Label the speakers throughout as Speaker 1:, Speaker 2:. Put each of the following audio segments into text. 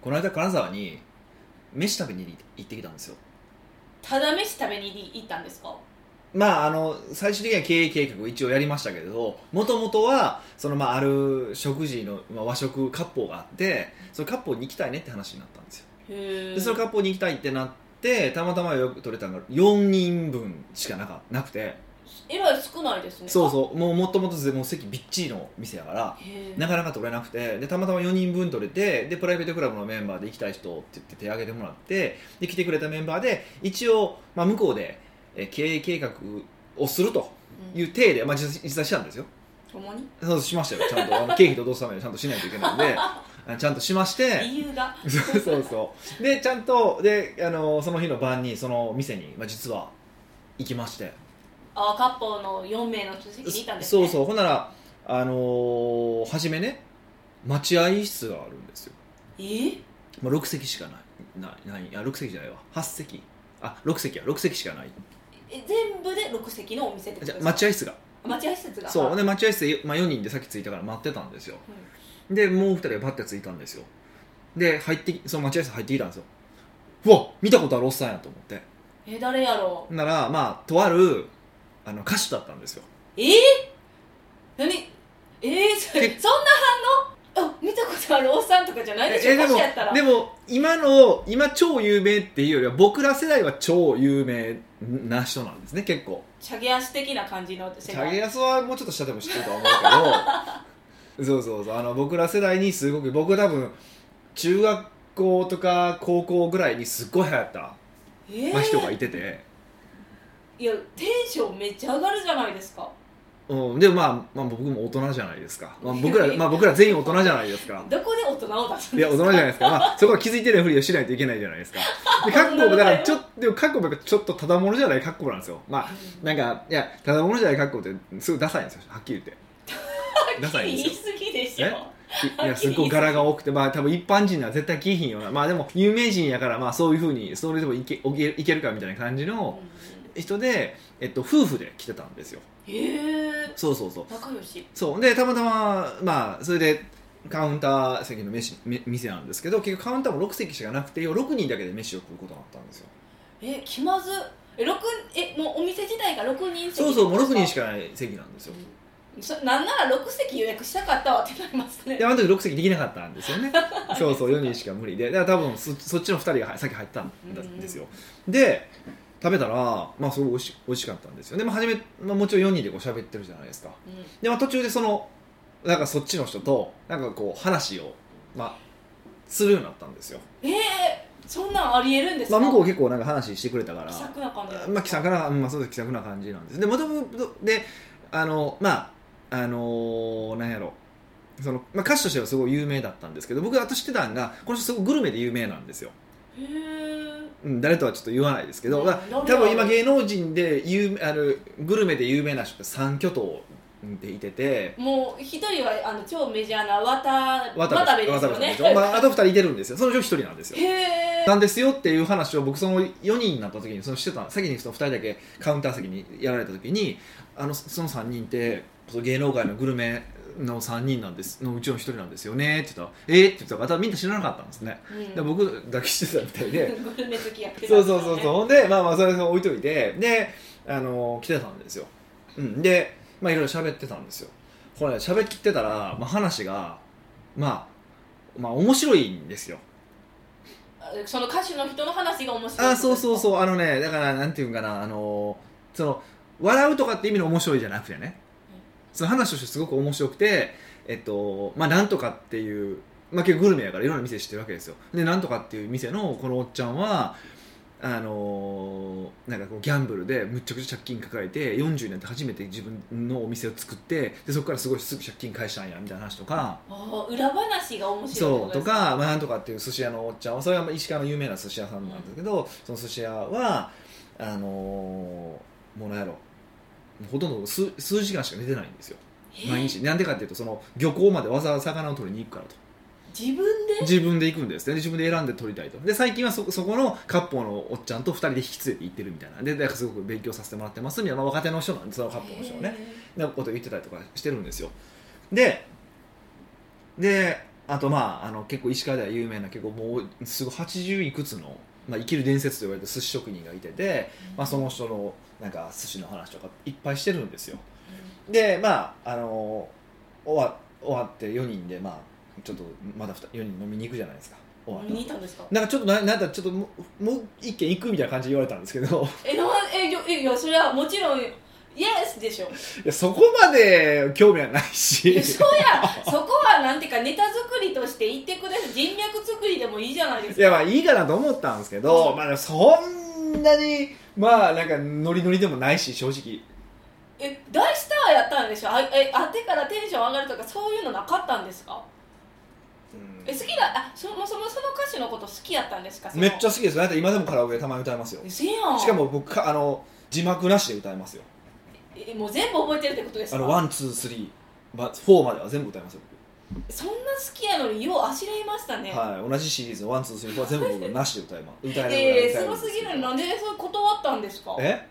Speaker 1: この間金沢に飯食べに行ってきたんですよ
Speaker 2: ただ飯食べに行ったんですか
Speaker 1: まああの最終的には経営計画を一応やりましたけれどもともとはその、まあ、ある食事の、まあ、和食割烹があってその割烹に行きたいねって話になったんですよ
Speaker 2: へ
Speaker 1: でその割烹に行きたいってなってたまたまよく取れたのが4人分しかなかなくて
Speaker 2: えらい少ないですね
Speaker 1: そうそうもうもともともう席びっちりの店やから
Speaker 2: へー
Speaker 1: なかなか取れなくてでたまたま4人分取れてでプライベートクラブのメンバーで行きたい人って言って手挙げてもらってで来てくれたメンバーで一応、まあ、向こうでえー経営計画をすると
Speaker 2: うん
Speaker 1: いう体で、まあ、実実際したんですよ
Speaker 2: 共に
Speaker 1: そうしましたよちゃんとあの経費とどうすためにはちゃんとしないといけないんであちゃんとしまして
Speaker 2: 理由が
Speaker 1: そうそうそうでちゃんとであのその日の晩にその店に、まあ、実は行きまして
Speaker 2: あカッポの4名の人席にいたんです、
Speaker 1: そ
Speaker 2: ね、
Speaker 1: うそうほんならあのー初めね待合室があるんですよ
Speaker 2: えー
Speaker 1: まあ、6席しかないないないあ6席じゃないわ8席あ6席や6席しかない
Speaker 2: え全部で6席のお店ってこ
Speaker 1: じ
Speaker 2: とで
Speaker 1: ゃ
Speaker 2: すか
Speaker 1: 待合室が
Speaker 2: 待合施設が
Speaker 1: そうほん
Speaker 2: ね、
Speaker 1: で待合室で、まあ、4人でさっき着いたから待ってたんですよ
Speaker 2: うん
Speaker 1: でもう2人がパッて着いたんですよで入ってきその待合室入ってきたんですようわ見たことあるおっさんやと思って
Speaker 2: え誰やろ
Speaker 1: ほんならまあとあるあの歌手だったんですよ
Speaker 2: うえー、何えー、そ
Speaker 1: け
Speaker 2: そんな反応あ見たことあるおっさんとかじゃないでしょ
Speaker 1: えで
Speaker 2: 歌
Speaker 1: も
Speaker 2: 手やったら
Speaker 1: でも今の今超有名っていうよりは僕ら世代は超有名な人なんですね結構
Speaker 2: チャゲ足的な感じの世
Speaker 1: チャ
Speaker 2: 界
Speaker 1: ゲヤスはもうちょっと下でも知ってるとは思うけどそうそうそうあの僕ら世代にすごく僕多分中学校とか高校ぐらいにすっごい流行った、
Speaker 2: えー
Speaker 1: まあ、人がいてて、
Speaker 2: いやテンションめっちゃ上がるじゃないですか
Speaker 1: うん、でも、まあ、まあ僕も大人じゃないですか、まあ、僕らまあ僕ら全員大人じゃないですか
Speaker 2: どこで大人を出すん
Speaker 1: い
Speaker 2: で
Speaker 1: や
Speaker 2: す
Speaker 1: 大人
Speaker 2: か
Speaker 1: じゃないですか、まあ、そこは気づいてないふりをしないといけないじゃないですかで各国だからちょっ とでも各国がちょっとただものじゃない各国なんですよまあなんかいやただものじゃない各国ってすごいダサいんですよはっき り言ってダサいん
Speaker 2: 言
Speaker 1: で
Speaker 2: い
Speaker 1: すよ
Speaker 2: 過ぎでしょ
Speaker 1: えいやすごい柄が多くてまあ多分一般人なら絶対着いひんようなまあでも有名人やからまあそういうふうにそれでもいけおけいけるかみたいな感じの人で、えっと、夫婦で来てたんですよ
Speaker 2: へえ
Speaker 1: そうそうそう
Speaker 2: 仲良し
Speaker 1: そうでたまたままあそれでカウンター席の飯み店なんですけど結局カウンターも6席しかなくて6人だけで飯を食うことになったんですよ
Speaker 2: え気まずえ六えもうお店自体が6人席
Speaker 1: そうそうもう6人し
Speaker 2: か
Speaker 1: かない席なんですよ
Speaker 2: そなんなら6席予約したかったわってなりますね
Speaker 1: であの時6席できなかったんです よねそうそう4人しか無理でだから多分そそっちの2人が先入ったんですよ、で食べたらまあすごい美味し美味しかったんですよでも初め、まあ、もちろん4人でこう喋ってるじゃないですか
Speaker 2: うん
Speaker 1: で、まあ、途中でそのなんかそっちの人となんかこう話をまあするようになったんですよ、
Speaker 2: ええそんなんありえるんです
Speaker 1: ま
Speaker 2: か
Speaker 1: あ、向こう結構なんか話してくれたから
Speaker 2: 気さくな感じ
Speaker 1: まあ、気さくな、うんまあ、そうです気さくな感じなんですでもともとであのまああのなんやろその、まあ、歌手としてはすごい有名だったんですけど僕はと知ってたんがこの人すごいグルメで有名なんですよ、
Speaker 2: へえ
Speaker 1: うん、誰とはちょっと言わないですけど、
Speaker 2: うん
Speaker 1: まあ
Speaker 2: どうぞ
Speaker 1: 多分今芸能人で有あのグルメで有名な人って3巨頭でいてて
Speaker 2: もう一人はあの超メジャーな渡
Speaker 1: 渡
Speaker 2: 渡部
Speaker 1: 部
Speaker 2: で
Speaker 1: 渡部さんですし
Speaker 2: よ
Speaker 1: ょ、
Speaker 2: ね
Speaker 1: まあ、あと2人いてるんですよそのうち1人なんですよ
Speaker 2: へえ
Speaker 1: なんですよっていう話を僕その4人になった時にそのしてた先にその2人だけカウンター席にやられた時にあのその3人ってその芸能界のグルメの3人なんですのうちの1人なんですよねって言ったら「えー、って言ったらまたみんな知らなかったんですね、
Speaker 2: うん
Speaker 1: で僕だけしてたみたいで
Speaker 2: グルメ好きやってた
Speaker 1: そ
Speaker 2: ん
Speaker 1: う
Speaker 2: ですよ
Speaker 1: そうそう
Speaker 2: ね
Speaker 1: そうほんでまあまあそれを置いといてであの来てたんですよ、うん、でまあいろいろ喋ってたんですよほら喋ってたら、まあ、話がまあまあ面白いんですよ
Speaker 2: その歌手の人の話が面白い
Speaker 1: あそうそう
Speaker 2: う
Speaker 1: そうあのねだからなんていうんかなあのーその笑うとかって意味の面白いじゃなくてね
Speaker 2: うん
Speaker 1: その話としてすごく面白くてえっとまあなんとかっていうまあ結構グルメやからいろんな店知ってるわけですよでなんとかっていう店のこのおっちゃんはあのーなんかこうギャンブルでむっちゃくちゃ借金抱えて40になって初めて自分のお店を作ってでそこからすごいすぐ借金返したんやみたいな話とか、
Speaker 2: あー裏話が面白い
Speaker 1: そうとか、まあ、なんとかっていう寿司屋のおっちゃんはそれはまあ石川の有名な寿司屋さんなんですけど、その寿司屋はあのーもうなんやろもうほとんど数数時間しか寝てないんですよ毎
Speaker 2: 毎
Speaker 1: 日なんでかっていうとその漁港までわざわざ魚を取りに行くからと
Speaker 2: 自分で
Speaker 1: 自分で行くんですねで自分で選んで取りたいとで最近はそそこの割烹のおっちゃんと2人で引き連れて行ってるみたいなでなんかすごく勉強させてもらってますみたいな、まあ、若手の人なんですその割烹の人はね
Speaker 2: へ
Speaker 1: なこと言ってたりとかしてるんですよでであとまああの結構石川では有名な結構もうすぐ80いくつの、まあ、生きる伝説と言われた寿司職人がいてて、まあ、その人のなんか寿司の話とかいっぱいしてるんですよでまああの終わ終わって4人でまあちょっとまだ4人飲みに行くじゃないですか終わ
Speaker 2: うん
Speaker 1: っ
Speaker 2: 見に行ったたんですか
Speaker 1: なんかちょっとななんかちょっともうもう一軒行くみたいな感じで言われたんですけど
Speaker 2: えなんえよえいやそれはもちろんイエスでしょ
Speaker 1: いやそこまで興味はないし
Speaker 2: いやそうやそこはなんていうかネタ作りとして言ってください人脈作りでもいいじゃないです
Speaker 1: い
Speaker 2: か
Speaker 1: やまあいいかなと思ったんですけど、
Speaker 2: うん
Speaker 1: まあでもそんなにまあなんかノリノリでもないし正直
Speaker 2: え大スターやったんでしょあえ会ってからテンション上がるとかそういうのなかったんですかえ好きだあそもそもその歌手のこと好きやったんですか
Speaker 1: めっち
Speaker 2: ゃ
Speaker 1: ゃ好きですだって今でもカラオケでたまに歌いますよ
Speaker 2: せやん
Speaker 1: しかも僕かあの字幕なしで歌いますよ
Speaker 2: えもう全部覚えてるってことです
Speaker 1: あ
Speaker 2: か
Speaker 1: のワンツースリーまフォーまでは全部歌いますよ、
Speaker 2: そんな好きやのにようあしらいましたね、
Speaker 1: はい同じシリーズのワンツースリーは全部僕なしで歌います歌
Speaker 2: え
Speaker 1: いな
Speaker 2: ー、す
Speaker 1: がら
Speaker 2: ご
Speaker 1: 歌
Speaker 2: す
Speaker 1: い
Speaker 2: ぎるのになんでそれ断ったんですか
Speaker 1: え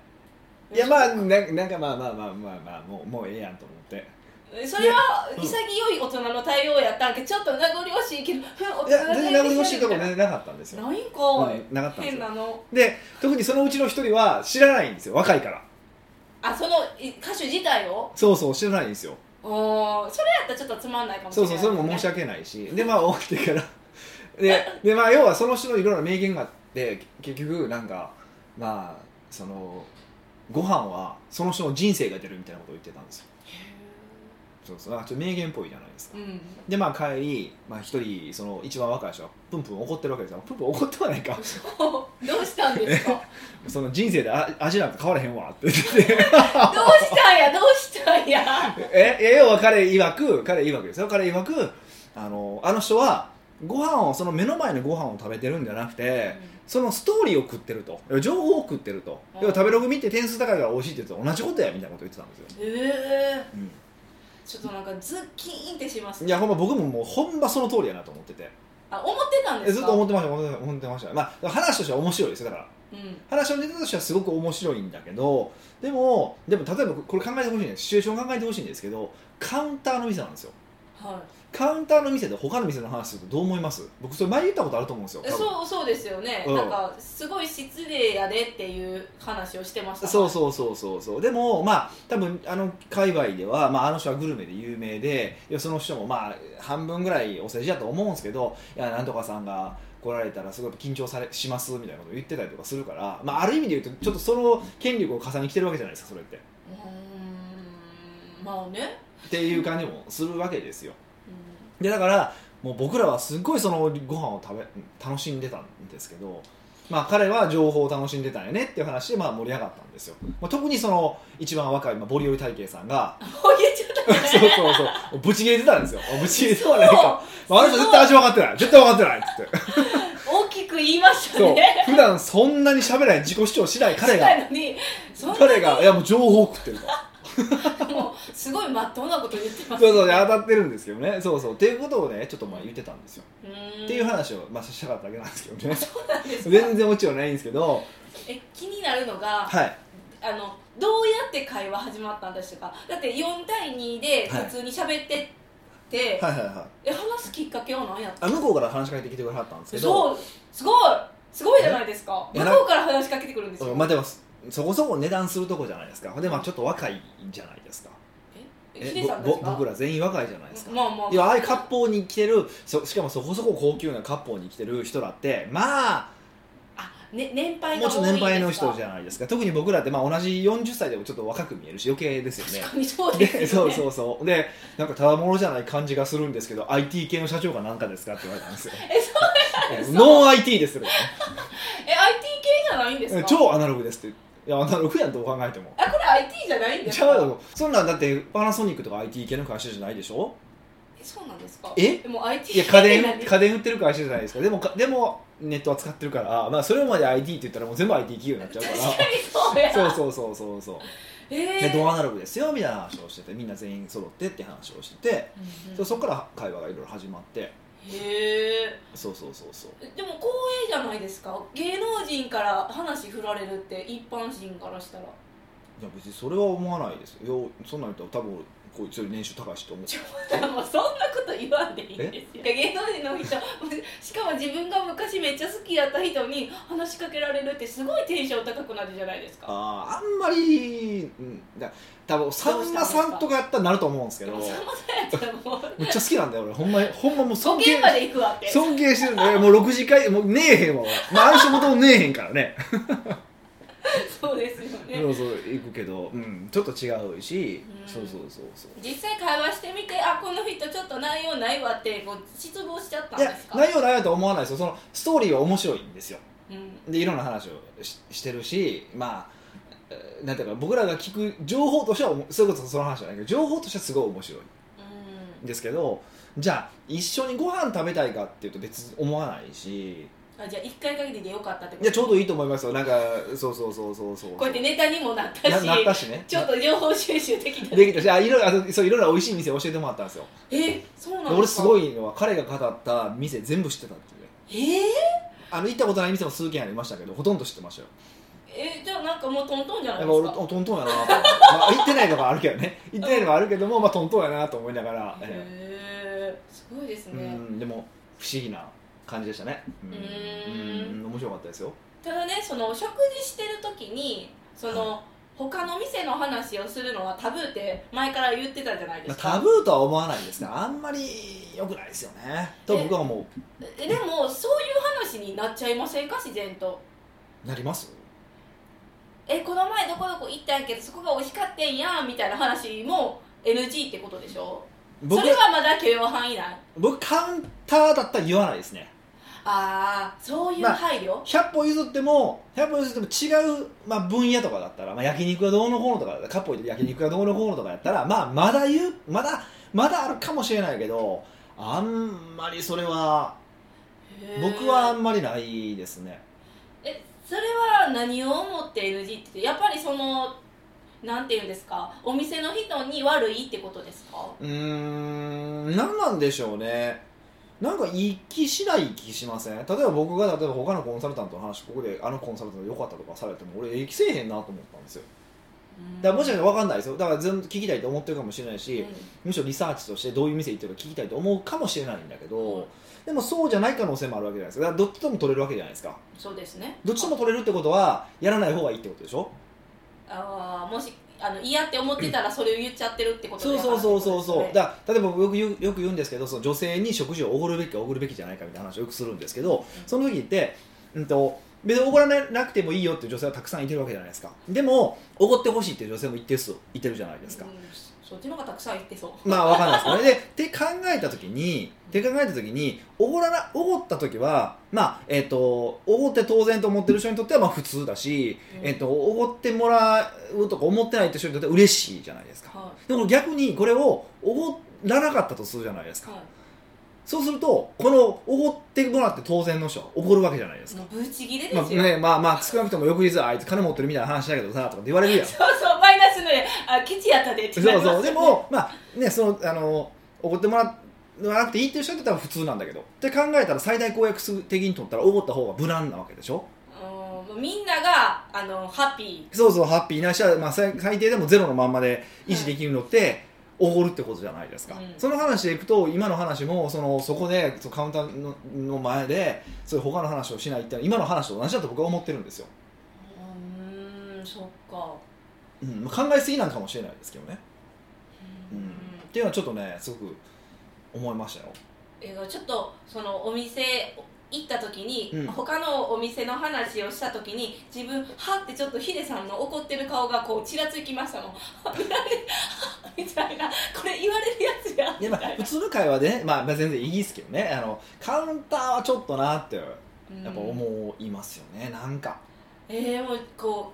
Speaker 1: いやまあななんかまあまあまあまあまあもうもうええやんと思って
Speaker 2: えそれは
Speaker 1: うん
Speaker 2: 潔い大人の対応やったんけちょっと名残惜しいけどふん
Speaker 1: いや全
Speaker 2: 大人
Speaker 1: 然
Speaker 2: の
Speaker 1: 名
Speaker 2: 対応
Speaker 1: 残惜しいとこ
Speaker 2: な
Speaker 1: ね
Speaker 2: いん
Speaker 1: なかったんですよ、
Speaker 2: かい、
Speaker 1: うんなかったんです
Speaker 2: 変
Speaker 1: よ
Speaker 2: なの
Speaker 1: で特にそのうちの一人は知らないんですよ若いから
Speaker 2: あそのい歌手自体を
Speaker 1: そうそう知らないんですよ
Speaker 2: おーそれやったらちょっとつまんないかもし
Speaker 1: そ
Speaker 2: れ
Speaker 1: う
Speaker 2: ない
Speaker 1: そう
Speaker 2: です
Speaker 1: そ
Speaker 2: ね、
Speaker 1: れも申し訳ないしでまあ終わってからででまあ要はその人のいろいろな名言があって結局なんかまあそのご飯はその人の人生が出るみたいなことを言ってたんですよそうそうあちょっと名言っぽいじゃないですか
Speaker 2: うん
Speaker 1: でまあ帰り、まあ、一人その一番若い人はプンプン怒ってるわけですよプンプン怒ってはないか
Speaker 2: どうしたんですか
Speaker 1: その人生であ味なんか変わらへんわって言って
Speaker 2: どうしたんやどうしたんや
Speaker 1: ええ要は彼曰く彼曰くですよ彼曰くあのあの人はご飯をその目の前のご飯を食べてるんじゃなくてそのストーリーを食ってると情報を食ってると
Speaker 2: うん
Speaker 1: 要は食べログ見て点数高いから美味しいって言うと同じことやみたいなこと言ってたんですよ、
Speaker 2: ええ
Speaker 1: う
Speaker 2: ちょっとなんかズッキーンってします
Speaker 1: ん、いやほんま僕ももうほんまその通りやなと思ってて
Speaker 2: あ思ってたんで
Speaker 1: え
Speaker 2: す
Speaker 1: ずっ
Speaker 2: か
Speaker 1: と思ってました思ってました思ってました、まあ、話としては面白いですよだから
Speaker 2: うん
Speaker 1: 話のネタとしてはすごく面白いんだけどでもでも例えばこれ考えてほしいんですシチュエーション考えてほしいんですけどカウンターの店なんですよ
Speaker 2: はい
Speaker 1: カウンターの店で他の店の話するとどう思います僕それ前言ったことあると思うんですよ
Speaker 2: え
Speaker 1: 多分
Speaker 2: そうそうですよね、
Speaker 1: うん
Speaker 2: なんかすごい失礼やでっていう話をしてました
Speaker 1: そうそうそうそうそうでもまあ多分あの界隈では、まあ、あの人はグルメで有名でいやその人もまあ半分ぐらいお世辞だと思うんですけどいやなんとかさんが来られたらすごい緊張されしますみたいなことを言ってたりとかするから、まあ、ある意味で言うとちょっとその権力を重ねきてるわけじゃないですかそれって
Speaker 2: うーんまあね、
Speaker 1: っていう感じもするわけですよ
Speaker 2: う
Speaker 1: でだからもう僕らはすっごいそのご飯を食べ楽しんでたんですけど、まあ、彼は情報を楽しんでたんやねっていう話でまあ盛り上がったんですよ、まあ、特にその一番若い、まあ、ボリオリ体型さんが
Speaker 2: ん、こう言っちゃった
Speaker 1: そうそうそうブチ切れてたんですよあブチ切れてはないか、まあ、あの人
Speaker 2: すごい
Speaker 1: 絶対味分かってない絶対分かってないっつ って
Speaker 2: 大きく言いました
Speaker 1: そう
Speaker 2: ね
Speaker 1: 普段そんなに喋らない自己主張しない彼が
Speaker 2: なのにそんな
Speaker 1: 彼がいやもう情報を食ってるから
Speaker 2: もうすごいまっとうなこと言ってます
Speaker 1: そうそうで当たってるんですけどねそうそうっていうことをねちょっとまあ言ってたんですよ、
Speaker 2: うーん
Speaker 1: っていう話を、まあ、したかっただけなんですけ どね
Speaker 2: そうなんですか
Speaker 1: 全然オチはないんですけど
Speaker 2: え気になるのが、
Speaker 1: はい
Speaker 2: あのどうやって会話始まったんですかだって4対2で
Speaker 1: はい
Speaker 2: 普通に喋ってて、
Speaker 1: はいはいはい
Speaker 2: え話すきっかけは何やった
Speaker 1: あ向こうから話しかけてきてくれはったんですけど
Speaker 2: そうすごいすごいじゃないですか
Speaker 1: え
Speaker 2: 向こうから話しかけてくるんですよ
Speaker 1: まあでもそこそこ値段するとこじゃないですかほんでまあちょっと若いじゃないですか
Speaker 2: えヒデさんた
Speaker 1: ぼ
Speaker 2: ち
Speaker 1: ぼ僕
Speaker 2: が
Speaker 1: ら全員若いじゃないですか、
Speaker 2: まあまあ
Speaker 1: いやああいう割烹に来てるそしかもそこそこ高級な割烹に来てる人だってまあ
Speaker 2: あ、ね、年配
Speaker 1: も
Speaker 2: が
Speaker 1: うちょっと
Speaker 2: 多い
Speaker 1: 年
Speaker 2: んですか
Speaker 1: 配の人じゃないですか特に僕らってまあ同じ40歳でもちょっと若く見えるし余計ですよね
Speaker 2: 確かにそうですよ
Speaker 1: で
Speaker 2: ね
Speaker 1: そうそうそうでなんかただものじゃない感じがするんですけど IT 系の社長が何かですかって言われたんですよ
Speaker 2: えそう
Speaker 1: ノン IT ですよ
Speaker 2: え IT 系じゃないんですか
Speaker 1: 超アナログですっていやアナログやんどう考えても
Speaker 2: あこれ IT じゃないんです
Speaker 1: ち
Speaker 2: か
Speaker 1: ゃうよそんなんだってパナソニックとか IT 系の会社じゃないでしょ
Speaker 2: えそうなんですか
Speaker 1: え
Speaker 2: もう IT
Speaker 1: い や家電
Speaker 2: 系
Speaker 1: 家電売ってる会社じゃないですかでもかでもネットは使ってるから、まあ、それまで IT って言ったらもう全部 IT 企業になっちゃう
Speaker 2: 確か
Speaker 1: か
Speaker 2: に そうや
Speaker 1: ら そうそうそうそうそう
Speaker 2: え
Speaker 1: で
Speaker 2: ー、
Speaker 1: ドアナログですよみたいな話をしててみんな全員揃ってって話をしてて、
Speaker 2: うんうん
Speaker 1: そうそこから会話がいろいろ始まって
Speaker 2: へえ
Speaker 1: そうそうそうそう
Speaker 2: でも光栄じゃないですか芸能人から話振られるって一般人からしたら
Speaker 1: いや別にそれは思わないですよそんなん言ったら多分俺こいつより年収高いしと思う
Speaker 2: ちょもうそんなことこと言わんでいいんですよいや芸能人の人しかも自分が昔めっちゃ好きやった人に話しかけられるってすごいテンション高くなるじゃないですか
Speaker 1: あーあんまり、うん、だ多分さんまさんとかやったらなると思うんですけ
Speaker 2: で
Speaker 1: ど
Speaker 2: もさんまさんやったらも う
Speaker 1: めっちゃ好きなんだよ俺ほんまにほんまもう
Speaker 2: 保
Speaker 1: 尊敬
Speaker 2: 険まで行くわって
Speaker 1: 尊敬してるんだよもう6次会もうねえへんわ俺、まあ、ある人もともねえへんからね
Speaker 2: そうですよね
Speaker 1: そうそう行くけど、うん、ちょっと違うし、
Speaker 2: うん
Speaker 1: そうそうそうそう
Speaker 2: 実際会話してみてあこの人ちょっと内容ないわってこう失望しちゃったん
Speaker 1: いや
Speaker 2: ですか
Speaker 1: 内容ないとは思わないですよそのストーリーは面白いんですよ
Speaker 2: うん
Speaker 1: でいろんな話をししてるしまあえーなんていうか僕らが聞く情報としてはおもそれこそその話じゃないけど情報としてはすごい面白い
Speaker 2: うん
Speaker 1: んですけどじゃあ一緒にご飯食べたいかっていうと別に思わないし
Speaker 2: あじゃあ1回限りでよかったってこと
Speaker 1: いやちょうどいいと思いますよなんかそうそうそうそうそう
Speaker 2: こうやってネタにもなった
Speaker 1: な
Speaker 2: し
Speaker 1: なったしね
Speaker 2: ちょっと情報収集できた
Speaker 1: できたしあいろいろあとそういろいろ美味しい店教えてもらったんですよ
Speaker 2: えそう
Speaker 1: で
Speaker 2: なん
Speaker 1: 俺
Speaker 2: です
Speaker 1: す
Speaker 2: か
Speaker 1: ご
Speaker 2: い
Speaker 1: いのは彼が語った店全部知ってたっていうね
Speaker 2: え
Speaker 1: あの行ったことない店も数軒ありましたけどほとんど知ってましたよ
Speaker 2: ー、えじゃあなんかもうトントンじ
Speaker 1: だ
Speaker 2: ゃ
Speaker 1: か
Speaker 2: ない
Speaker 1: ら
Speaker 2: です
Speaker 1: 俺
Speaker 2: か
Speaker 1: おトントンやなと思って、まあ、行ってないのがあるけどね行ってないのがあるけども、まあ、トントンやなと思いながら、え
Speaker 2: へーすごいです
Speaker 1: え
Speaker 2: ね、
Speaker 1: うんでも不思議な感じでしたねうん
Speaker 2: うーん
Speaker 1: うん面白かったですよ
Speaker 2: ただねそのお食事してる時にその、他の店の話をするのはタブーって前から言ってたじゃないで
Speaker 1: まあ
Speaker 2: すか、
Speaker 1: タブーとは思わないですねあんまり良くないですよねと僕はも
Speaker 2: えでもそういう話になっちゃいませんか自然と
Speaker 1: うなります
Speaker 2: えこの前どこどこ行ったんやけどそこが美味しかったんやみたいな話も NG ってことでしょそ
Speaker 1: 僕
Speaker 2: れはまだ許容範囲内
Speaker 1: 僕カウンターだったら言わないですね
Speaker 2: ああそういう
Speaker 1: まあ
Speaker 2: 配慮、
Speaker 1: 100歩譲っても100歩譲っても違う、まあ、分野とかだったら、まあ、焼肉がどうのこうのとかカッポイで焼肉がどうのこうのとかやったら、まあ、まだ言うまだまだあるかもしれないけどあんまりそれは
Speaker 2: へー
Speaker 1: 僕はあんまりないですね
Speaker 2: えそれは何を思って NG ってやっぱりそのなんていうんですかお店の人に悪いってことですか
Speaker 1: うーん何なんでしょうねなんか一気しない気しません例えば僕が例えば他のコンサルタントの話ここであのコンサルタント良かったとかされても俺生きせえへんなと思ったんですよだからもしかしたら分かんないですよだから全部聞きたいと思ってるかもしれないし、むしろリサーチとしてどういう店行ってるか聞きたいと思うかもしれないんだけど、
Speaker 2: うん
Speaker 1: でもそうじゃない可能性もあるわけじゃないですかだからどっちとも取れるわけじゃないですか
Speaker 2: そうですね
Speaker 1: どっちとも取れるってことはやらない方がいいってことでしょ
Speaker 2: ああもしあの嫌って思ってたらそれを言っちゃってるってこと
Speaker 1: そうそうそうそうそう、
Speaker 2: だ
Speaker 1: だから例えば僕よく言うよく言うんですけどその女性に食事をおごるべきかおごるべきじゃないかみたいな話をよくするんですけどその時って、うん、と別におごらなくてもいいよっていう女性はたくさんいてるわけじゃないですかでもおごってほしいっていう女性も一定数いてるじゃないですか、
Speaker 2: そっちの方がたくさん言ってそう
Speaker 1: まあわかんないですよね。で、って考えたときに、って考えたときに、おごらな、おごったときは、まあ、えっ、と、おごって当然と思ってる人にとっては、まあ普通だし、
Speaker 2: うん
Speaker 1: えっ、と、おごってもらうとか思ってないって人にとっては嬉しいじゃないですか。
Speaker 2: は
Speaker 1: でも逆にこれをおごらなかったとするじゃないです
Speaker 2: い
Speaker 1: か。
Speaker 2: は
Speaker 1: そうすると、このおごってもらって当然の人はおごるわけじゃないで
Speaker 2: い
Speaker 1: すか。
Speaker 2: もうブチギレです
Speaker 1: まあ
Speaker 2: よ、
Speaker 1: ね、まあまあ、少なくとも翌日はあいつ金持ってるみたいな話だけどさ、とかって言われる やん。
Speaker 2: そうそうマイナスのねあケチやったでってな
Speaker 1: そ
Speaker 2: り
Speaker 1: う
Speaker 2: ますよ
Speaker 1: そ
Speaker 2: ね
Speaker 1: うでもまあねそのあの怒ってもらわなくていいっていう人だったら普通なんだけどって考えたら最大公約数的にとったら怒った方が無難なわけでしょ
Speaker 2: うんみんながあのハッピ
Speaker 1: そうそうハッピーなしは、まあ、最最低でもゼロのまんまで維持できるのっておご、るってことじゃないですか、
Speaker 2: うん
Speaker 1: その話でいくと今の話もそのそこでそのカウンターのの前でそういう他の話をしないって今の話と同じだと僕は思ってるんですよ、
Speaker 2: ーうーんそっか
Speaker 1: うんまあ、考えすぎなんかもしれないですけどね、
Speaker 2: う
Speaker 1: うんんっていうのはちょっとねすごく思いましたよ
Speaker 2: えーちょっとそのお店行った時に、
Speaker 1: うん
Speaker 2: 他のお店の話をした時に自分はってちょっとヒデさんの怒ってる顔がこうちらつきましたもん はみたいなこれ言われるやつや
Speaker 1: でまあ、普通の会話でね、まあ、まあ全然いいですけどねあのカウンターはちょっとなってや
Speaker 2: うん
Speaker 1: っぱ思いますよね、なんか
Speaker 2: えー、もうこ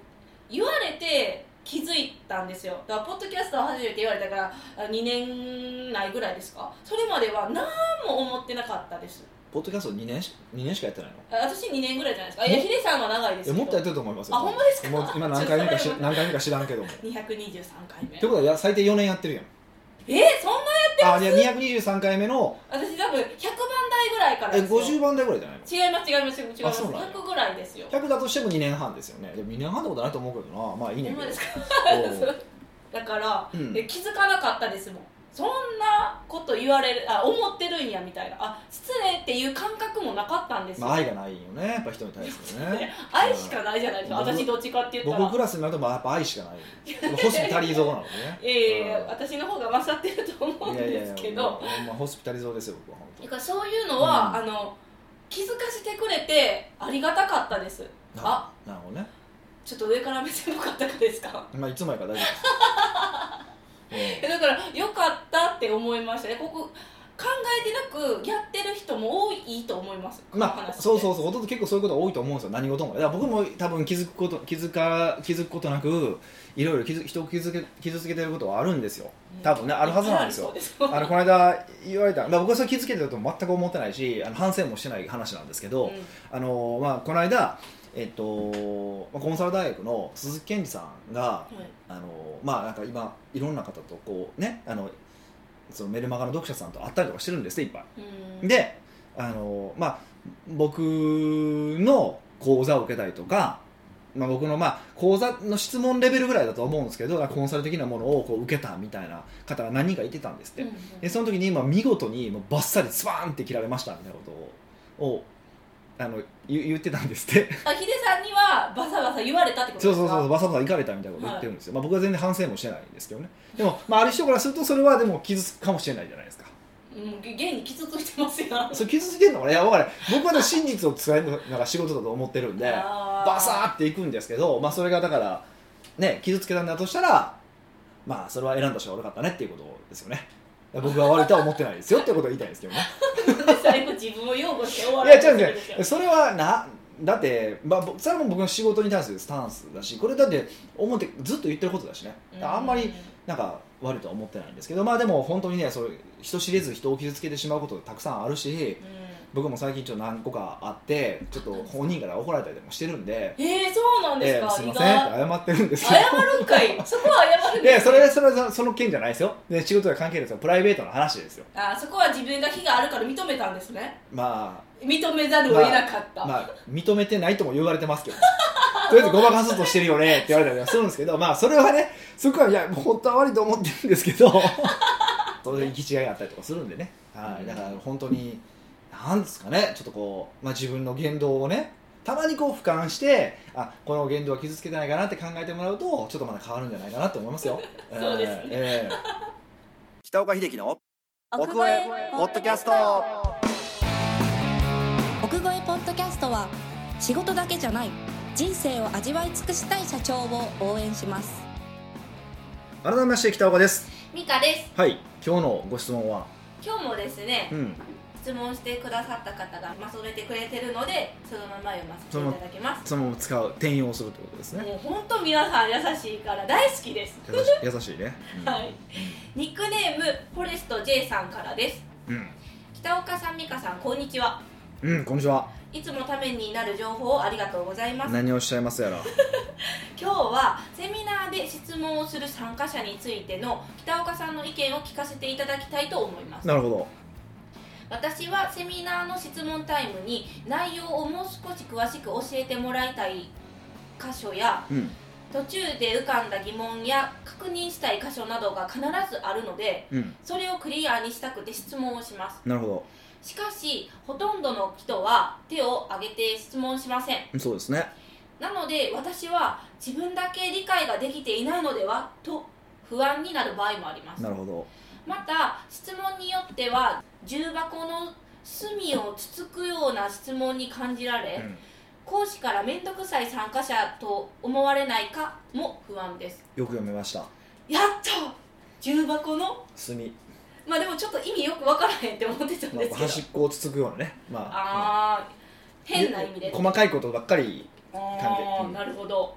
Speaker 2: う言われて気づいたんですよだからポッドキャストを初めて言われたから2年ないぐらいですかそれまでは何も思ってなかったです
Speaker 1: ポッドキャスト2年し二年しかやってないの
Speaker 2: あ私2年ぐらいじゃないですかいや
Speaker 1: も
Speaker 2: ヒデさんは長いで
Speaker 1: いや
Speaker 2: すけ
Speaker 1: もっとやっ
Speaker 2: ど
Speaker 1: てると思いますよ
Speaker 2: あほんまですか
Speaker 1: もう今何回目かし
Speaker 2: ちょっと
Speaker 1: 何回目か知らんけどもって
Speaker 2: 223回目
Speaker 1: ことはや最低4年やってるやん
Speaker 2: えー、そんな
Speaker 1: あいや223回目の
Speaker 2: 私多分100番台ぐらいから
Speaker 1: え
Speaker 2: ですよ
Speaker 1: 50番台ぐらいじゃないの
Speaker 2: 違います違います違います
Speaker 1: あそうなんや
Speaker 2: 100ぐらいですよ
Speaker 1: 100だとしても2年半ですよねでも2年半ってことないと思うけどなまあいいね
Speaker 2: ほ
Speaker 1: ん
Speaker 2: ん
Speaker 1: け
Speaker 2: ま
Speaker 1: ど
Speaker 2: ですか
Speaker 1: おう
Speaker 2: だから、
Speaker 1: うん
Speaker 2: え気づかなかったですもんそんなこと言われるあ思ってるんやみたいなあ失礼っていう感覚もなかったんですよ、
Speaker 1: まあ、愛がないよねやっぱ人に対してね
Speaker 2: 愛しかないじゃないですか
Speaker 1: 僕
Speaker 2: 私どっちかって言った
Speaker 1: 僕
Speaker 2: ら
Speaker 1: クラスになるとまあやっぱ愛しかないホスピタリー像なのね
Speaker 2: いやいやいや
Speaker 1: うん
Speaker 2: 私の方が勝ってると思うんですけど
Speaker 1: いやいやいやもうホスピタリゾーですよ僕は
Speaker 2: だ
Speaker 1: 本
Speaker 2: からそういうのは、
Speaker 1: うん
Speaker 2: あの気づかせてくれてありがたかったです
Speaker 1: 当
Speaker 2: あ
Speaker 1: なるほどね
Speaker 2: ちょっと上から目線っぽかったかですか
Speaker 1: まあいつもやから大丈夫です
Speaker 2: えだからよかったって思いましたねここ考えてなくやってる人も多いと思います
Speaker 1: うんまあ、そうそううそう弟結構そういうこと多いと思うんですよ何事もだから僕も多分気づくこと気づか気づくことなくいろいろ気づ人を傷つけ傷つけてることはあるんですよ多分ねあるはずなんですよあのこの間言われた、まあ、僕はそれ気づけてると全く思ってないしあの反省もしてない話なんですけど、あのまあ、この間、えっとまあ、コンサル大学の鈴木健二さんがあのまあなんか今いろんな方とこうねあのそのメルマガの読者さんと会ったりとかしてるんですねいっぱい
Speaker 2: で
Speaker 1: であのまあ僕の講座を受けたりとか、まあ、僕のまあ講座の質問レベルぐらいだと思うんですけどコンサル的なものをこう受けたみたいな方が何人かいてたんですって、でその時に今見事にもうバッサリスワーンって切られましたみたいなことををあの言言ってたんですって
Speaker 2: あヒデさんにはバサバサ言われたってこと
Speaker 1: そ
Speaker 2: で
Speaker 1: うそ
Speaker 2: すか
Speaker 1: うそう、わざわざ行かれたみたいなこと言ってるんですよ、まあ、僕は全然反省もしてないんですけどね、でも、まあ、ある人からすると、それはでも傷つくかもしれないじゃないですか、
Speaker 2: うん、現に傷ついてますよ
Speaker 1: それ傷つけるのかないや、分からない、僕はね真実を伝えるのが仕事だと思ってるんで、バ
Speaker 2: バ
Speaker 1: サーっていくんですけど、まあ、それがだから、ね、傷つけたんだとしたら、まあ、それは選んだ人が悪かったねっていうことですよね。僕は悪いとは思ってないですよってことを言いたいんですけどね。
Speaker 2: 最後自分を擁護して終わ
Speaker 1: い
Speaker 2: ら
Speaker 1: や
Speaker 2: せ
Speaker 1: 違う
Speaker 2: てるんです
Speaker 1: 違
Speaker 2: よ
Speaker 1: うそれはなだって、まあ、ぼそれも僕の仕事に対するスタンスだしこれだって思ってずっと言ってることだしねあんまりなんか悪いとは思ってないんですけどまあでも本当にねそう人知れず人を傷つけてしまうことたくさんあるし
Speaker 2: うん
Speaker 1: 僕も最近ちょっと何個かあってちょっと本人から怒られたりでもしてるんで
Speaker 2: えー、そうなんです
Speaker 1: えー
Speaker 2: か、
Speaker 1: すい
Speaker 2: 意
Speaker 1: ませんっ
Speaker 2: 外
Speaker 1: て謝ってるんですけど。
Speaker 2: 謝るんかいそこは謝るん
Speaker 1: いや
Speaker 2: です
Speaker 1: そ
Speaker 2: ね
Speaker 1: れそれはその件じゃないですよで仕事が関係ないですよプライベートの話ですよ
Speaker 2: あそこは自分が非があるから認めたんですね
Speaker 1: ま
Speaker 2: 認めざるを得なかった、
Speaker 1: あまあ認めてないとも言われてますけど とりあえずごまかそうとしてるよねって言われたりはするんですけどまあそれはねそこはいやもう本当は悪いと思ってるんですけ どそれで行き違いがあったりとかするんでね、はい、だから本当になんですかねちょっとこう、まあ、自分の言動をねたまにこう俯瞰してあこの言動は傷つけてないかなって考えてもらうとちょっとまだ変わるんじゃないかなと思いますよ
Speaker 2: そうですね
Speaker 1: ええ北岡秀樹の
Speaker 3: 奥越えポッドキャスト
Speaker 4: 奥越えポッドキャストは仕事だけじゃない人生を味わい尽くしたい社長を応援します
Speaker 1: 改めまして北岡です
Speaker 2: ミカです
Speaker 1: はい今日のご質問は
Speaker 2: 今日もですね
Speaker 1: うん
Speaker 2: 質問してくださった方がまとめてくれてるのでそのまま読ませていただきます
Speaker 1: そのまま使う転用するってことですね
Speaker 2: もう本当皆さん優しいから大好きです
Speaker 1: 優し優しいね、うん
Speaker 2: はいニックネームフォレスト J さんからです
Speaker 1: うん、
Speaker 2: 北岡さん美香さんこんにちは
Speaker 1: うん、こんにちはい
Speaker 2: つもためになる情報をありがとうございます
Speaker 1: 何をおっしゃいますやら
Speaker 2: 今日はセミナーで質問をする参加者についての北岡さんの意見を聞かせていただきたいと思います
Speaker 1: なるほど
Speaker 2: 私はセミナーの質問タイムに内容をもう少し詳しく教えてもらいたい箇所や
Speaker 1: うん
Speaker 2: 途中で浮かんだ疑問や確認したい箇所などが必ずあるので
Speaker 1: うん
Speaker 2: それをクリアにしたくて質問をします
Speaker 1: なるほど
Speaker 2: しかしほとんどの人は手を挙げて質問しません
Speaker 1: うんそうですね
Speaker 2: なので私は自分だけ理解ができていないのではと不安になる場合もあります
Speaker 1: なるほど
Speaker 2: また質問によっては重箱の隅をつつくような質問に感じられ、
Speaker 1: うん
Speaker 2: 講師から面倒くさい参加者と思われないかも不安です
Speaker 1: よく読めました
Speaker 2: やった重箱の
Speaker 1: 墨、
Speaker 2: まあでもちょっと意味よくわからへんって思ってたん
Speaker 1: ま
Speaker 2: で
Speaker 1: あ、
Speaker 2: すけど、
Speaker 1: 端っこをつつくようなねまあ
Speaker 2: ああー変な意味で
Speaker 1: ゆ細かいことばっかり
Speaker 2: あ
Speaker 1: うん
Speaker 2: ーなるほど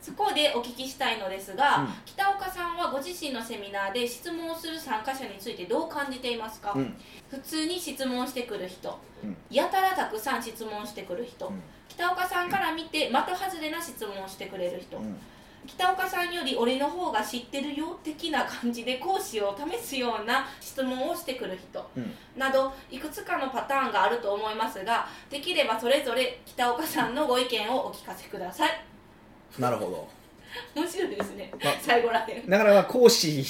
Speaker 2: そこでお聞きしたいのですが、
Speaker 1: うん
Speaker 2: 北岡さんはご自身のセミナーで質問をする参加者についてどう感じていますか、
Speaker 1: うん
Speaker 2: 普通に質問してくる人、
Speaker 1: うん
Speaker 2: やたらたくさん質問してくる人、
Speaker 1: うん
Speaker 2: 北岡さんから見て的外れな質問をしてくれる人、
Speaker 1: うん
Speaker 2: 北岡さんより俺の方が知ってるよ的な感じで講師を試すような質問をしてくる人、
Speaker 1: うん
Speaker 2: などいくつかのパターンがあると思いますができればそれぞれ北岡さんのご意見をお聞かせください
Speaker 1: なるほど
Speaker 2: 面白いですね
Speaker 1: まあ
Speaker 2: 最後らへん
Speaker 1: だからまあ講師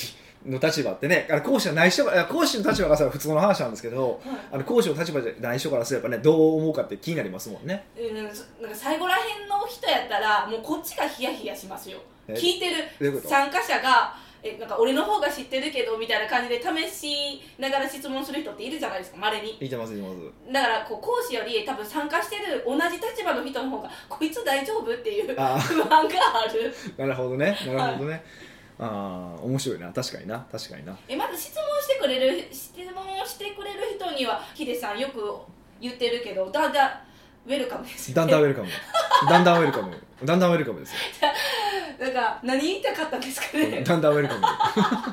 Speaker 1: の立場ってねあの講師のない人がいや講師の立場がさ普通の話なんですけど
Speaker 2: はい
Speaker 1: あの講師の立場じゃない人からすればねどう思うかって気になりますもんね
Speaker 2: うん、そなんか最後らへんの人やったらもうこっちがヒヤヒヤしますよ
Speaker 1: え
Speaker 2: 聞いて
Speaker 1: どういう
Speaker 2: る
Speaker 1: こと
Speaker 2: 参加者がえなんか俺の方が知ってるけどみたいな感じで試しながら質問する人っているじゃないですかまれに
Speaker 1: いてますいてます
Speaker 2: だからこう講師より多分参加してる同じ立場の人の方がこいつ大丈夫っていう
Speaker 1: あ
Speaker 2: 不安がある
Speaker 1: あなるほどねなるほどね、ああ面白いな確かにな確かにな
Speaker 2: えまず質問してくれる質問をしてくれる人にはヒデさんよく言ってるけどだんだんウェルカムですよ
Speaker 1: だんだんウェルカムだんだんウェルカムだんだんウェルカムですよ
Speaker 2: なんか何言いたかったんですかね
Speaker 1: だんだんウェルカム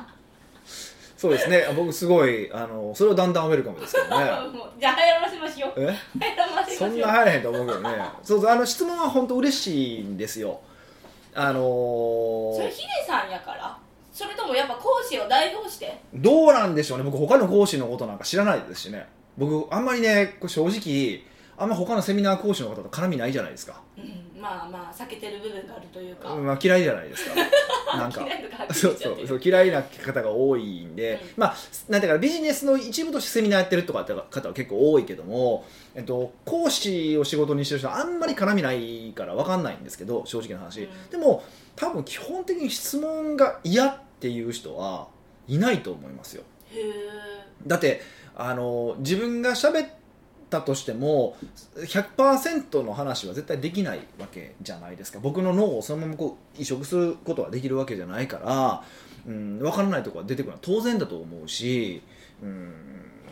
Speaker 1: そうですね僕すごいあのそれをだんだんウェルカムですけどね
Speaker 2: もうじゃあ流行らせましょう
Speaker 1: え
Speaker 2: 流行らせましょう
Speaker 1: そんな入らへんと思うけどねそうそうあの質問は本当嬉しいんですよあのー
Speaker 2: それヒデさんやからそれともやっぱ講師を代表して
Speaker 1: どうなんでしょうね僕他の講師のことなんか知らないですしね僕あんまりねこう正直あんま他のセミナー講師の方と絡みないじゃないですか、
Speaker 2: うんまあまあ避けてる部分があるというか、
Speaker 1: まあ、嫌いじゃない ですかなんか
Speaker 2: 嫌いとか
Speaker 1: そうそうそう嫌いな方が多いんで、まあなんていうかなビジネスの一部としてセミナーやってるとかって方は結構多いけども、えっと、講師を仕事にしてる人はあんまり絡みないから分かんないんですけど正直な話、
Speaker 2: うん
Speaker 1: でも多分基本的に質問が嫌っていう人はいないと思いますよ
Speaker 2: へえ
Speaker 1: だってあの自分が喋ったとしても100%の話は絶対できないわけじゃないですか僕の脳をそのままこう移植することはできるわけじゃないから、うん、分からないところが出てくるのは当然だと思うし、うん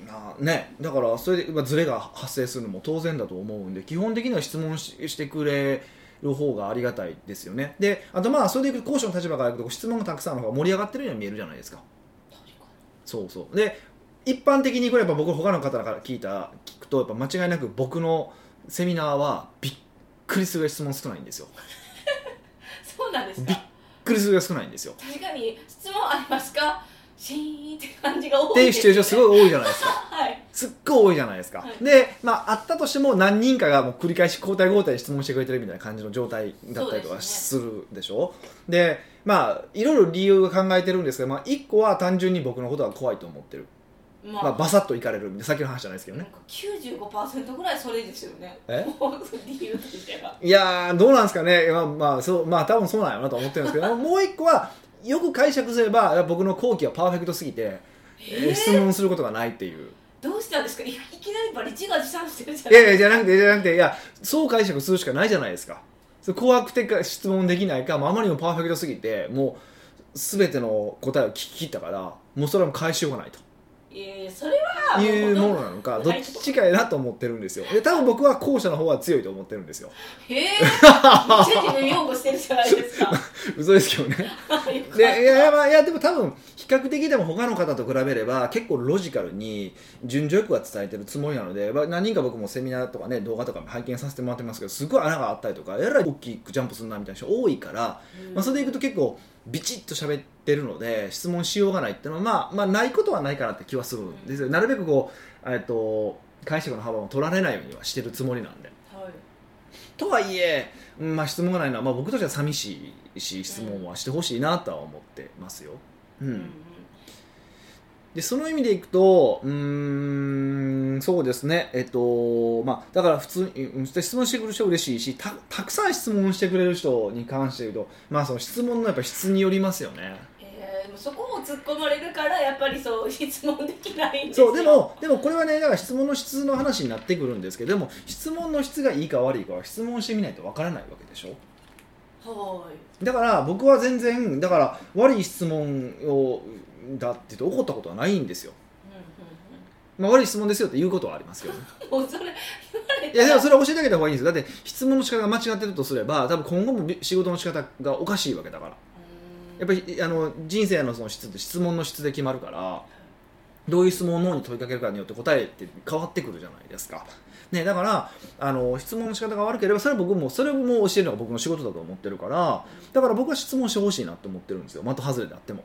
Speaker 1: なね、だからそれで、まあ、ズレが発生するのも当然だと思うんで基本的には質問ししてくれる方がありがたいですよねであとまあそれでいくと講師の立場からいくと質問がたくさんの方が盛り上がってるように見えるじゃないですか。そうそうで一般的にこれやっぱ僕他の方から聞いた聞くとやっぱ間違いなく僕のセミナーはびっくりするぐらい質問少ないんですよびっ
Speaker 2: そうなんです
Speaker 1: び
Speaker 2: か
Speaker 1: くりするぐらい少ないんですよ
Speaker 2: 確かに質問ありますかシーンって感じが多
Speaker 1: っ
Speaker 2: い
Speaker 1: ていうシチュエーションす
Speaker 2: い
Speaker 1: ごい多いじゃないです か
Speaker 2: はい
Speaker 1: すっごい多いじゃないですか、
Speaker 2: はい
Speaker 1: で、まあ、あったとしても何人かがもう繰り返し交代交代で質問してくれてるみたいな感じの状態だったりと
Speaker 2: そう
Speaker 1: か
Speaker 2: です
Speaker 1: するでしょで,、まあいろいろ理由を考えてるんですけど、まあ、1個は単純に僕のことは怖いと思ってる、
Speaker 2: まあ、
Speaker 1: まあ、バサッといかれるみたいなさっきの話じゃないですけど
Speaker 2: なん
Speaker 1: ね
Speaker 2: か95%ぐらいそれですよね
Speaker 1: え
Speaker 2: もう理由としては、
Speaker 1: いやーどうなんですかね、まあまあ、そうまあ多分そうなんやろなと思ってるんです けどもう一個はよく解釈すれば僕の後期はパーフェクトすぎて、えー
Speaker 2: えー
Speaker 1: 質問することがないっていう
Speaker 2: どうしたんですかいやいきなりバリ自画自賛してるじゃ
Speaker 1: い
Speaker 2: ない
Speaker 1: やいやじゃなくてじゃなくていやそう解釈するしかないじゃないですかそれ怖くてか質問できないか、まあ、あまりにもパーフェクトすぎてもう全ての答えを聞き切ったからもうそれはもう返しようがないと
Speaker 2: いやいやそれは
Speaker 1: いうもの
Speaker 2: う
Speaker 1: なのかどっちかやなと思ってるんですよで多分僕は後者の方が強いと思ってるんですよ
Speaker 2: へえめっちゃ自分擁護してるじゃないですか
Speaker 1: 嘘ですけどね でいやいや,、まあ、いやでも多分比較的でも他の方と比べれば結構ロジカルに順序よくは伝えてるつもりなので、まあ、何人か僕もセミナーとかね動画とかも拝見させてもらってますけどすごい穴があったりとかえらい大きくジャンプするなみたいな人多いから、まあ、それでいくと結構ビチッと喋ってるので質問しようがないっていうのは、まあ、まあないことはないかなって気はするんですよなるべくこう、えっと、解釈の幅を取られないようにはしてるつもりなんで。
Speaker 2: はい
Speaker 1: とはいえ、うんまあ、質問がないのは、まあ、僕としては寂しいし質問はしてほしいなとは思ってますよ、うん
Speaker 2: うんうん
Speaker 1: でその意味でいくとうーんそうですねえっとまあだから普通にうん質問してくれる人は嬉しいしたたくさん質問してくれる人に関して言うと、まあ、その質問のやっぱ質によりますよね
Speaker 2: えー、でもそこを突っ込まれるからやっぱりそう質問できないんですよ
Speaker 1: そうでもでもこれはねだから質問の質の話になってくるんですけどでも質問の質がいいか悪いかは質問してみないとわからないわけでしょ
Speaker 2: は
Speaker 1: だから僕は全然だから悪い質問をだって言って怒ったことはないんですよ、
Speaker 2: い、
Speaker 1: まあ、悪い質問ですよって言うことはありますけどね
Speaker 2: うんうんうん、もうそれ言われたら
Speaker 1: いやでもそれは教えてあげた方がいいんですよだって質問の仕方が間違ってるとすれば多分今後もび仕事の仕方がおかしいわけだからやっぱりあの人生のその質って質問の質で決まるからどういう質問を脳に問いかけるかによって答えって変わってくるじゃないですか、ね、だからあの質問の仕方が悪ければそれは僕もそれも教えるのが僕の仕事だと思ってるからだから僕は質問してほしいなと思ってるんですよ的外れであっても。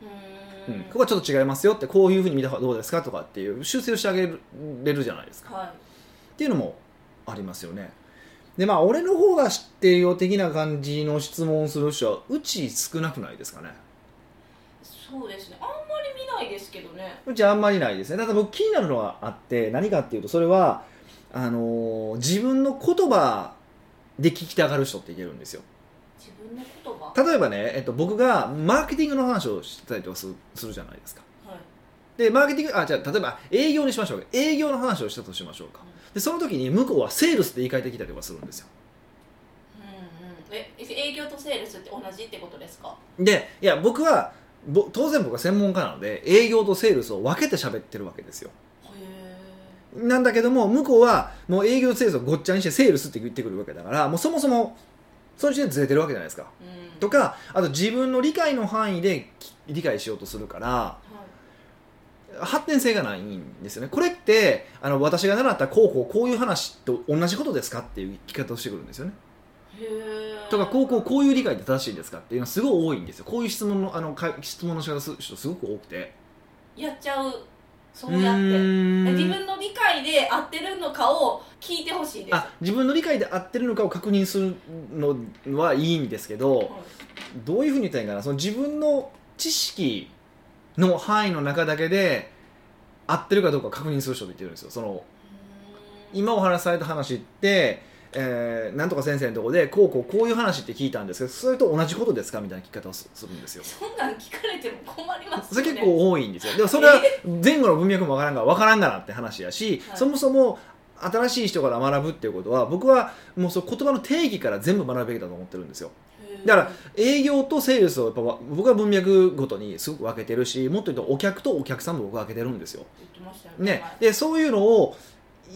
Speaker 2: う
Speaker 1: うん
Speaker 2: うん
Speaker 1: ん、ここはちょっと違いますよってこういうふうに見た方がどうですかとかっていう修正をしてあげれるじゃないですか
Speaker 2: はい
Speaker 1: っていうのもありますよねでまあ俺の方が知ってるよ的な感じの質問をする人はうち少なくないですかね
Speaker 2: そうですねあんまり見ないですけどね
Speaker 1: うちあんまりないですねただ僕気になるのがあって何かっていうとそれはあのー自分の言葉で聞きたがる人っていけるんですよ
Speaker 2: 自分の言葉は
Speaker 1: 例えばね、えっと、僕がマーケティングの話をしたりとかするするじゃないですか
Speaker 2: い
Speaker 1: でマーケティングあじゃあ例えば営業にしましょうか営業の話をしたとしましょうかでその時に向こうはセールスって言い換えてきたりはするんですよ
Speaker 2: うんうんえ営業とセールスって同じってことですか
Speaker 1: でいや僕はぼ当然僕は専門家なので営業とセールスを分けて喋ってるわけですよ
Speaker 2: へえ
Speaker 1: なんだけども向こうはもう営業とセールスをごっちゃにしてセールスって言ってくるわけだからもうそもそもその時点でずれてるわけじゃないですか
Speaker 2: うん
Speaker 1: とかあと自分の理解の範囲でき理解しようとするから
Speaker 2: はい
Speaker 1: 発展性がないんですよねこれってあの私が習ったこうこうこういう話と同じことですかっていう聞き方をしてくるんですよね
Speaker 2: へー
Speaker 1: とかこうこうこういう理解で正しいんですかっていうのはすごい多いんですよこういう質問のあのか質問の仕方する人すごく多くて
Speaker 2: やっちゃうそうやって
Speaker 1: ーん
Speaker 2: 自分の理解で合ってるのかを聞いてほしいです
Speaker 1: あ自分の理解で合ってるのかを確認するのはいいんですけど
Speaker 2: はい
Speaker 1: どういうふうに言ったらいいかなその自分の知識の範囲の中だけで合ってるかどうか確認する人って言ってるんですよその
Speaker 2: うーん
Speaker 1: 今お話しされた話って、えーなんとか先生のところでこうこうこういう話って聞いたんですけどそれと同じことですかみたいな聞き方をすするんですよ
Speaker 2: そんなん聞かれても困ります
Speaker 1: そ
Speaker 2: よ
Speaker 1: れ
Speaker 2: ね
Speaker 1: 結構多いんですよでもそれは前後の文脈もわからんからわからんがなって話やし、
Speaker 2: はい
Speaker 1: そもそも新しい人から学ぶっていうことは僕はもうその言葉の定義から全部学ぶべきだと思ってるんですよ
Speaker 2: へー
Speaker 1: だから営業とセールスをやっぱわ僕は文脈ごとにすごく分けてるしもっと言うとお客とお客さんも僕は分けてるんですよ
Speaker 2: 言ってましたよね
Speaker 1: ね、でそういうのを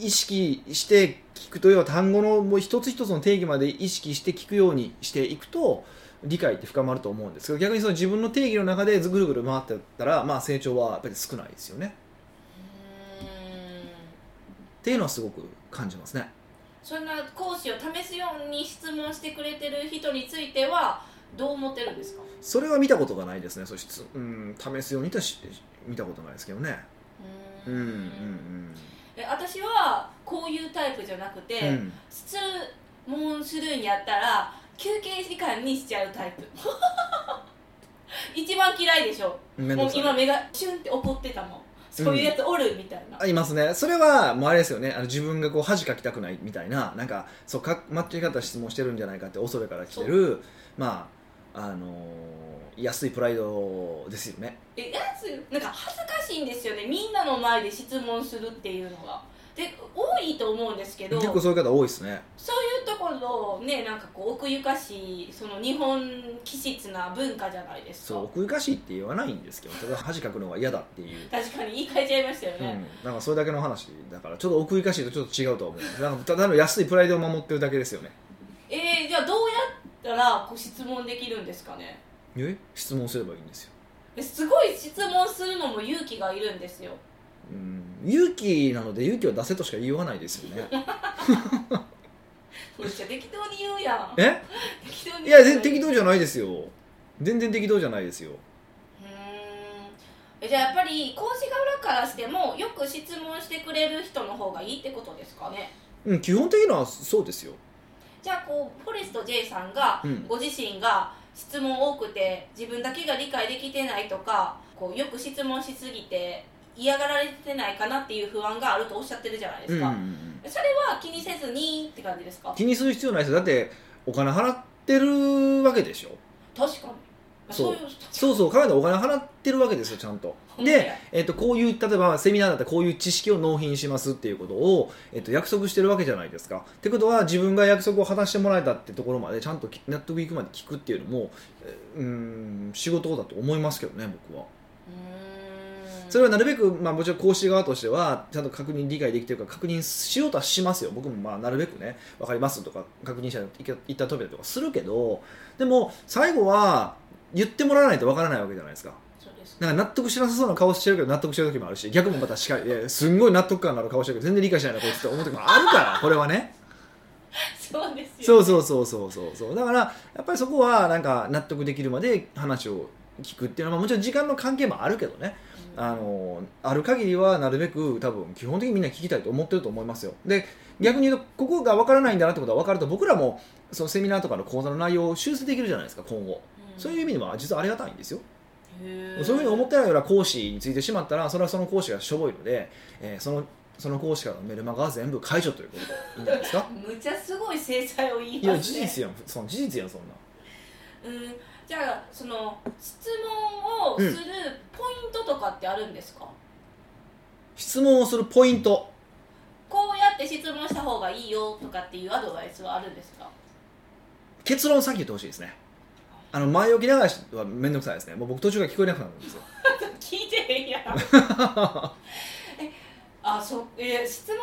Speaker 1: 意識して聞くというのは単語のもう一つ一つの定義まで意識して聞くようにしていくと理解って深まると思うんですけど逆にその自分の定義の中でぐるぐる回ってたら、まあ、成長はやっぱり少ないですよね
Speaker 2: うーん
Speaker 1: っていうのはすごく感じますね
Speaker 2: そんな講師を試すように質問してくれてる人についてはどう思ってるんですか
Speaker 1: それは見たことがないですねそしてうん試すようにとはし見たことないですけどね
Speaker 2: う
Speaker 1: うんうん
Speaker 2: え私はこういうタイプじゃなくて、
Speaker 1: うんうん
Speaker 2: 質問するんやったら休憩時間にしちゃうタイプ 一番嫌いでしょ
Speaker 1: 面倒
Speaker 2: もう
Speaker 1: くさい
Speaker 2: 今目がシュンって怒ってたもんそういうやつおるみたいな、
Speaker 1: あいますねそれはもうあれですよねあの自分がこう恥かきたくないみたいななんかそうか間違った質問してるんじゃないかって恐れから来てるまああのー安いプライドですよね
Speaker 2: えやつなんか恥ずかしいんですよねみんなの前で質問するっていうのがで多いと思うんですけど
Speaker 1: 結構そういう方多いですね
Speaker 2: そういうところのねなんかこう奥ゆかしいその日本気質な文化じゃないです
Speaker 1: そう
Speaker 2: か
Speaker 1: 奥ゆかしいって言わないんですけどただ恥かくのが嫌だっていう、
Speaker 2: 確かに言い換えちゃいましたよ
Speaker 1: う
Speaker 2: ね、
Speaker 1: ん、なんかそれだけの話だからちょっと奥ゆかしいとちょっと違うとは思うなんかただの安いプライドを守ってるだけですよね
Speaker 2: えー、じゃあどうやったらこう質問できるんですかね
Speaker 1: え質問すればいいんですよ
Speaker 2: ですごい質問するのも勇気がいるんですよ
Speaker 1: うん勇気なので勇気を出せとしか言いようがないですよ ね
Speaker 2: めっちゃ適当に言うやん
Speaker 1: え
Speaker 2: 適当に
Speaker 1: い
Speaker 2: 言う
Speaker 1: や、ぜ適当じゃないですよ。全然適当じゃないですよ。
Speaker 2: うーんえじゃあやっぱり講師側からしてもよく質問してくれる人の方がいいってことですかね
Speaker 1: うん、基本的にはそうですよ。
Speaker 2: じゃあこうフォレスト J さんが
Speaker 1: うん
Speaker 2: ご自身が質問多くて自分だけが理解できてないとかこうよく質問しすぎて嫌がられてないかなっていう不安があるとおっしゃってるじゃないで
Speaker 1: う
Speaker 2: す
Speaker 1: んう
Speaker 2: か、
Speaker 1: んうん、
Speaker 2: それは気にせずにって感じですか
Speaker 1: 気にする必要ないですよ。だって、お金払ってるわけでしょ。
Speaker 2: 確かに
Speaker 1: そう
Speaker 2: いう
Speaker 1: そうそう、彼らお金払ってるわけですよ、ちゃんと。で、えっと、こういう、例えばセミナーだったらこういう知識を納品しますっていうことを、えっと、約束してるわけじゃないですか。ってことは、自分が約束を果たしてもらえたってところまで、ちゃんとき納得いくまで聞くっていうのも、えーうーん、仕事だと思いますけどね、僕は。
Speaker 2: うーん
Speaker 1: それはなるべく、まあ、もちろん講師側としてはちゃんと確認理解できてるか確認しようとはしますよ僕もまあなるべくね分かりますとか確認者に言ったとびだとかするけどでも最後は言ってもらわないと分からないわけじゃないですか
Speaker 2: そうです
Speaker 1: なんか納得しなさそうな顔してるけど納得してる時もあるし逆もまたしかりいやすんごい納得感のある顔してるけど全然理解しないなこいつって思う時もあるからこれはね
Speaker 2: そうですよ
Speaker 1: そうそうそうそうそうそうだからやっぱりそこはなんか納得できるまで話を聞くっていうのはもちろん時間の関係もあるけどね
Speaker 2: うん
Speaker 1: あのある限りはなるべく多分基本的にみんな聞きたいと思ってると思いますよで逆に言うとここが分からないんだなってことは分かると僕らもそのセミナーとかの講座の内容を修正できるじゃないですか今後
Speaker 2: うん
Speaker 1: そういう意味では実はありがたいんですよ
Speaker 2: へー
Speaker 1: そういうふうに思ってないような講師についてしまったらそれはその講師がしょぼいので、えーそのその講師からのメルマガは全部解除ということでいいんじゃないですか
Speaker 2: むちゃすごい制裁を言い
Speaker 1: いや
Speaker 2: ます
Speaker 1: 事
Speaker 2: ね
Speaker 1: 実やんその事実やんそんな
Speaker 2: うんじゃあその質問をするポイントとかってあるんですか、
Speaker 1: 質問をするポイント
Speaker 2: こうやって質問した方がいいよとかっていうアドバイスはあるんですか
Speaker 1: 結論先言ってほしいですねあの前置き流しは面倒くさいですねもう僕途中から聞こえなくなるんですよ
Speaker 2: 聞いて へんやんえあそうえー質問が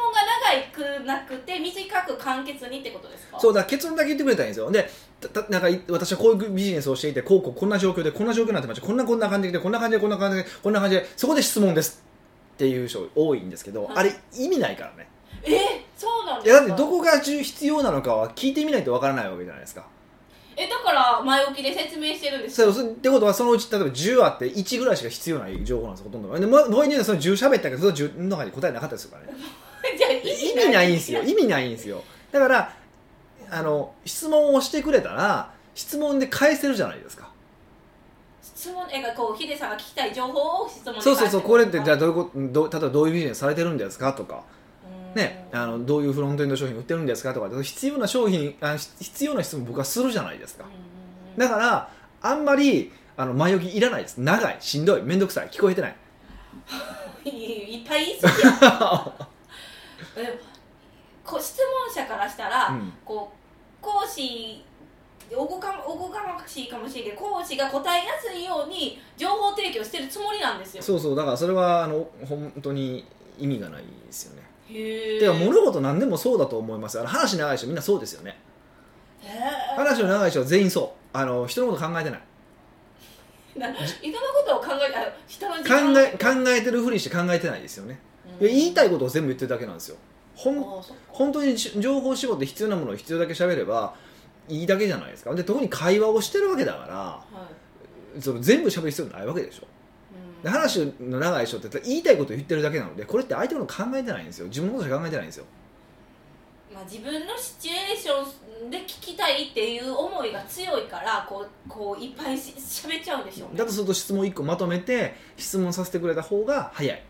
Speaker 2: 長くなくて短く簡潔にってことですか
Speaker 1: そう
Speaker 2: う
Speaker 1: だから結論だけ言ってくれたらいいんですよでたたなんかい私はこういうビジネスをしていてこうこうこんな状況でこんな状況になってましたこんなこんな感じでこんな感じでこんな感じでこんな感じでそこで質問ですっていう人多いんですけど、
Speaker 2: はい
Speaker 1: あれ意味ないからね
Speaker 2: えそうなん
Speaker 1: い
Speaker 2: です
Speaker 1: や
Speaker 2: か
Speaker 1: だってどこが重必要なのかは聞いてみないとわからないわけじゃないですか
Speaker 2: えだから前置きで説明してるんです
Speaker 1: そうそうってことはそのうち例えば10あって1ぐらいしか必要ない情報なんですほとんどがでもうもう一人はその10喋ったけどその10の中に答えなかったですからね
Speaker 2: じゃあ
Speaker 1: 意味ないんですよ
Speaker 2: 意味
Speaker 1: 意味ないんですよだからあの質問をしてくれたら質問で返せるじゃないですか
Speaker 2: 質問えこうヒデさんが聞きたい情報を質問で返
Speaker 1: そうそうそうこれってじゃあ
Speaker 2: あ
Speaker 1: どういうことどう例えばどういうビジネスされてるんですかとかねあのどういうフロントエンド商品売ってるんですかとか必要な商品あひ必要な質問僕はするじゃないですかだからあんまりあの前置きいらないです長いしんどい面倒くさい聞こえてない
Speaker 2: いっぱいいす ぎやえこう質問者からしたら、
Speaker 1: うん
Speaker 2: こう講師おこがおこがましいかもしれんけど講師が答えやすいように情報提供してるつもりなんですよ
Speaker 1: そうそうだからそれはあの本当に意味がないですよね
Speaker 2: へえ
Speaker 1: てか物事何でもそうだと思いますあの話長い人みんなそうですよね
Speaker 2: へ
Speaker 1: 話の長い人は全員そうあの人のこと考えてない
Speaker 2: えな人のことを考えあ人の時
Speaker 1: 考
Speaker 2: 間
Speaker 1: え考えてるふりして考えてないですよねいや言いたいことを全部言ってるだけなんですよほん
Speaker 2: ああそっか
Speaker 1: 本当にし情報絞って必要なものを必要だけ喋ればいいだけじゃないですかで特に会話をしてるわけだか
Speaker 2: はい
Speaker 1: らその全部喋る必要ないわけでしょ
Speaker 2: うん
Speaker 1: で話の長い人って言いたいことを言ってるだけなのでこれって相手のこと考えてないんですよ自分のことしか考えてないんですよ
Speaker 2: まあ、自分のシチュエーションで聞きたいっていう思いが強いからこうこういっぱいし喋っちゃうんでしょうね
Speaker 1: だとすると質問1個まとめて質問させてくれた方が早い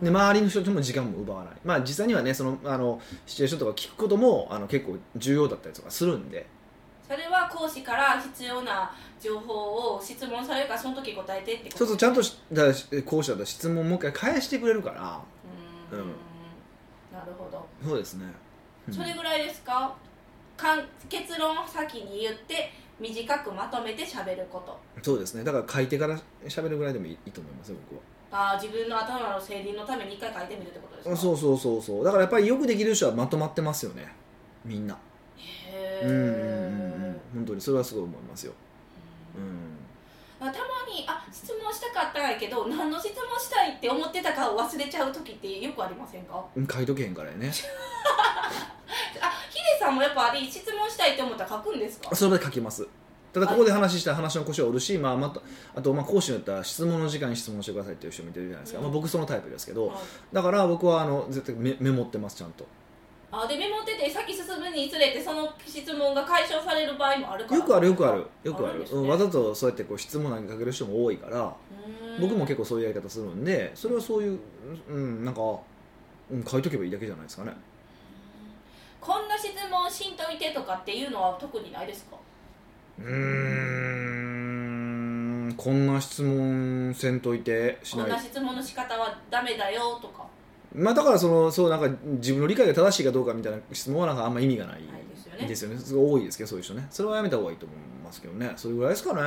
Speaker 2: うん
Speaker 1: で周りの人とも時間も奪わないまあ実際にはねそのあのシチュエーションとか聞くこともあの結構重要だったりとかするんで
Speaker 2: それは講師から必要な情報を質問されるからその時答えてってこと
Speaker 1: そうするとちゃんとしだからし講師だったら質問もう一回返してくれるから
Speaker 2: うーん
Speaker 1: うん
Speaker 2: なるほど、
Speaker 1: そうですね、うん
Speaker 2: それぐらいですかかん結論を先に言って短くまとめて喋ること
Speaker 1: そうですねだから書いてから喋るぐらいでもいいいいと思いますよ僕は
Speaker 2: あー自分の頭の整理のために一回書いてみるってことですか
Speaker 1: そうそうそうそうだからやっぱりよくできる人はまとまってますよねみんな
Speaker 2: へ
Speaker 1: う
Speaker 2: え、
Speaker 1: んうんうんうん本当にそれはすごい思いますよ
Speaker 2: う
Speaker 1: うんん
Speaker 2: まあ、たまにあ質問したかったんやけど何の質問したいって思ってたかを忘れちゃう時ってよくありませんか
Speaker 1: うん書いとけへんからやね
Speaker 2: あヒデさんもやっぱあれ質問したいって思ったら書くんですか
Speaker 1: それで書きますただここで話したら話の腰は折るし、まあ、またあとまあ講師によっては質問の時間に質問してくださいっていう人もいてるじゃないですか、
Speaker 2: うん
Speaker 1: まあ、僕そのタイプですけ
Speaker 2: は
Speaker 1: ど
Speaker 2: い
Speaker 1: だから僕はあの絶対メメモってますちゃんと
Speaker 2: あでメモってて先進むにつれてその質問が解消される場合もあるから
Speaker 1: よくあるよくあるよくあ
Speaker 2: あるん
Speaker 1: る
Speaker 2: ですね
Speaker 1: うんわざとそうやってこう質問なんかかける人も多いから
Speaker 2: うーん
Speaker 1: 僕も結構そういうやり方するんでそれはそういう、うん、なんか、うん、書いとけばいいだけじゃないですかね
Speaker 2: こんな質問しんといてとかっていうのは特にないですか
Speaker 1: うーんこんな質問せんといてし
Speaker 2: こ
Speaker 1: なんい
Speaker 2: な質問の仕方はダメだよとか
Speaker 1: まあ、だからそのそうなんか自分の理解が正しいかどうかみたいな質問はなんかあんま意味がない
Speaker 2: ないですよね
Speaker 1: ですよねすごい多いですけどそういう人ねそれはやめた方がいいと思いますけどねそれぐらいですかね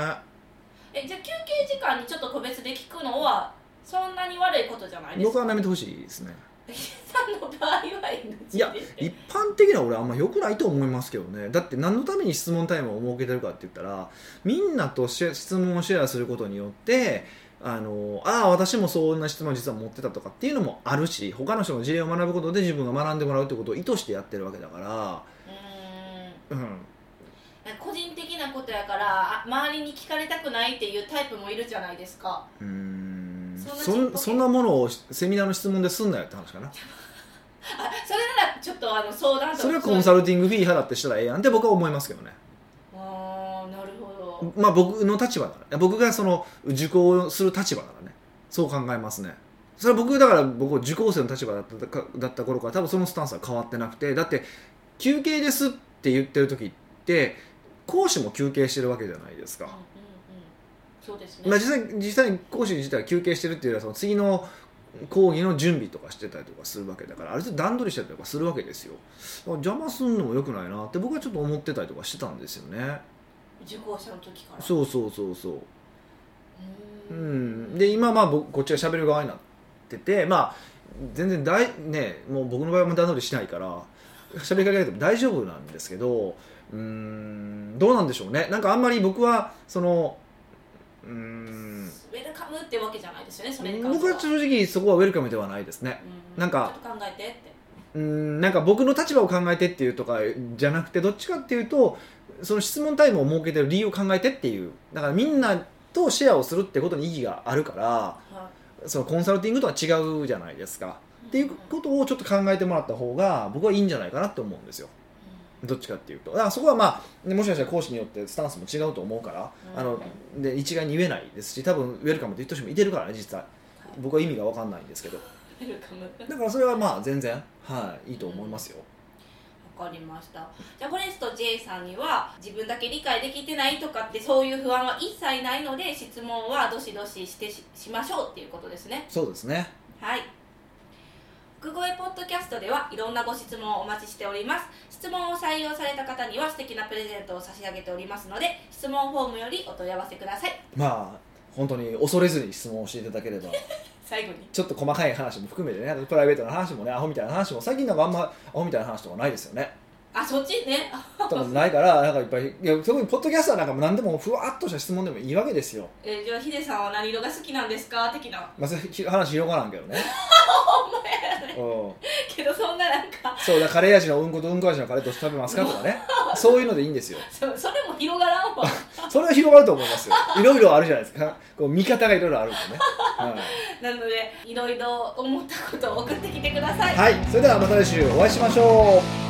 Speaker 2: えじゃあ休憩時間にちょっと個別で聞くのはそんなに悪いことじゃないです
Speaker 1: 僕
Speaker 2: か
Speaker 1: はやめてほしいですね
Speaker 2: ヒデさんの場合は NG
Speaker 1: いや
Speaker 2: ですね
Speaker 1: 一般的な俺あんま良くないと思いますけどねだって何のために質問タイムを設けてるかって言ったらみんなとシェ質問をシェアすることによってあのああ私もそんな質問実は持ってたとかっていうのもあるし他の人の事例を学ぶことで自分が学んでもらうってことを意図してやってるわけだか
Speaker 2: う
Speaker 1: ら
Speaker 2: ーん
Speaker 1: うん
Speaker 2: なんか個人的なことやからあ周りに聞かれたくないっていうタイプもいるじゃないですか
Speaker 1: うーん
Speaker 2: そんな
Speaker 1: そ
Speaker 2: ちっぽ
Speaker 1: ん
Speaker 2: け
Speaker 1: そんなものをセミナーの質問ですんなよって話かな
Speaker 2: あそれならちょっとあの相談とか
Speaker 1: それはコンサルティングフィー払ってしたらええやんって僕は思いますけどね
Speaker 2: あーなるほど
Speaker 1: まあ、僕の立場なら僕がその受講する立場ならねそう考えますねそれは僕だから僕受講生の立場だったかだった頃から多分そのスタンスは変わってなくてだって休憩ですって言ってる時って講師も休憩してるわけじゃないですか、
Speaker 2: うんうんうんそうですね、
Speaker 1: まあ、実際実際に講師自体は休憩してるっていうよりはその次の講義の準備とかしてたりとかするわけだからある程度段取りしてたりとかするわけですよだから邪魔すんのも良くないなって僕はちょっと思ってたりとかしてたんですよね
Speaker 2: 受講者の時から
Speaker 1: そうそうそうそう
Speaker 2: う
Speaker 1: う
Speaker 2: ー
Speaker 1: ん、で今まあ僕こっちが喋る側になっててまあ全然大ねもう僕の場合も段取りしないから喋りかけられても大丈夫なんですけどうーんどうなんでしょうねなんかあんまり僕はそのうーん
Speaker 2: ウェルカムってわけじゃないですよねそれに関して
Speaker 1: 僕
Speaker 2: は
Speaker 1: は正直そこはウェルカムではないですね
Speaker 2: う
Speaker 1: なんか
Speaker 2: ちょっと考えてって
Speaker 1: うーんなんか僕の立場を考えてっていうとかじゃなくてどっちかっていうとその質問タイムを設けてる理由を考えてっていうだからみんなとシェアをするってことに意義があるから
Speaker 2: は
Speaker 1: そのコンサルティングとは違うじゃないですか
Speaker 2: い
Speaker 1: っていうことをちょっと考えてもらった方が僕はいいんじゃないかなって思うんですよどっちかっていうとだからそこはまあねもしかしたら講師によってスタンスも違うと思うから、
Speaker 2: うん
Speaker 1: あので一概に言えないですし多分ウェルカムって言った人もいてるからね実際僕は意味が分かんないんですけど
Speaker 2: うんウェルカム
Speaker 1: だからそれはまあ全然はいいいと思いますよ、
Speaker 2: わかりましたじゃあフォレスト J さんには自分だけ理解できてないとかってそういう不安は一切ないので質問はどしどししてししましょうっていうことですね
Speaker 1: そうですね
Speaker 2: はい福越ポッドキャストではいろんなご質問をお待ちしております質問を採用された方には素敵なプレゼントを差し上げておりますので質問フォームよりお問い合わせください
Speaker 1: まあ本当に恐れずに質問をしていただければ
Speaker 2: 最後に
Speaker 1: ちょっと細かい話も含めてねあとプライベートな話もねアホみたいな話も最近なんかあんまアホみたいな話とかないですよね
Speaker 2: あそっちね
Speaker 1: とかないからなんかいっぱいいや特にポッドキャスターなんかも何でもふわっとした質問でもいいわけですよ、
Speaker 2: えーじゃあヒデさんは何色が好きなんですか的な
Speaker 1: まあ、それひ話広がらんけどねうん
Speaker 2: けどそんななんか
Speaker 1: そうだカレー味のうんことうんこ味のカレーどっち食べますかとかねそういうのでいいんですよ
Speaker 2: そそれも広がらんわ
Speaker 1: それは広がると思いますよいろいろあるじゃないですかこう見方がいろいろあるんでね、
Speaker 2: なのでいろいろ思ったことを送ってきてください
Speaker 1: はいはい、それではまた来週お会いしましょう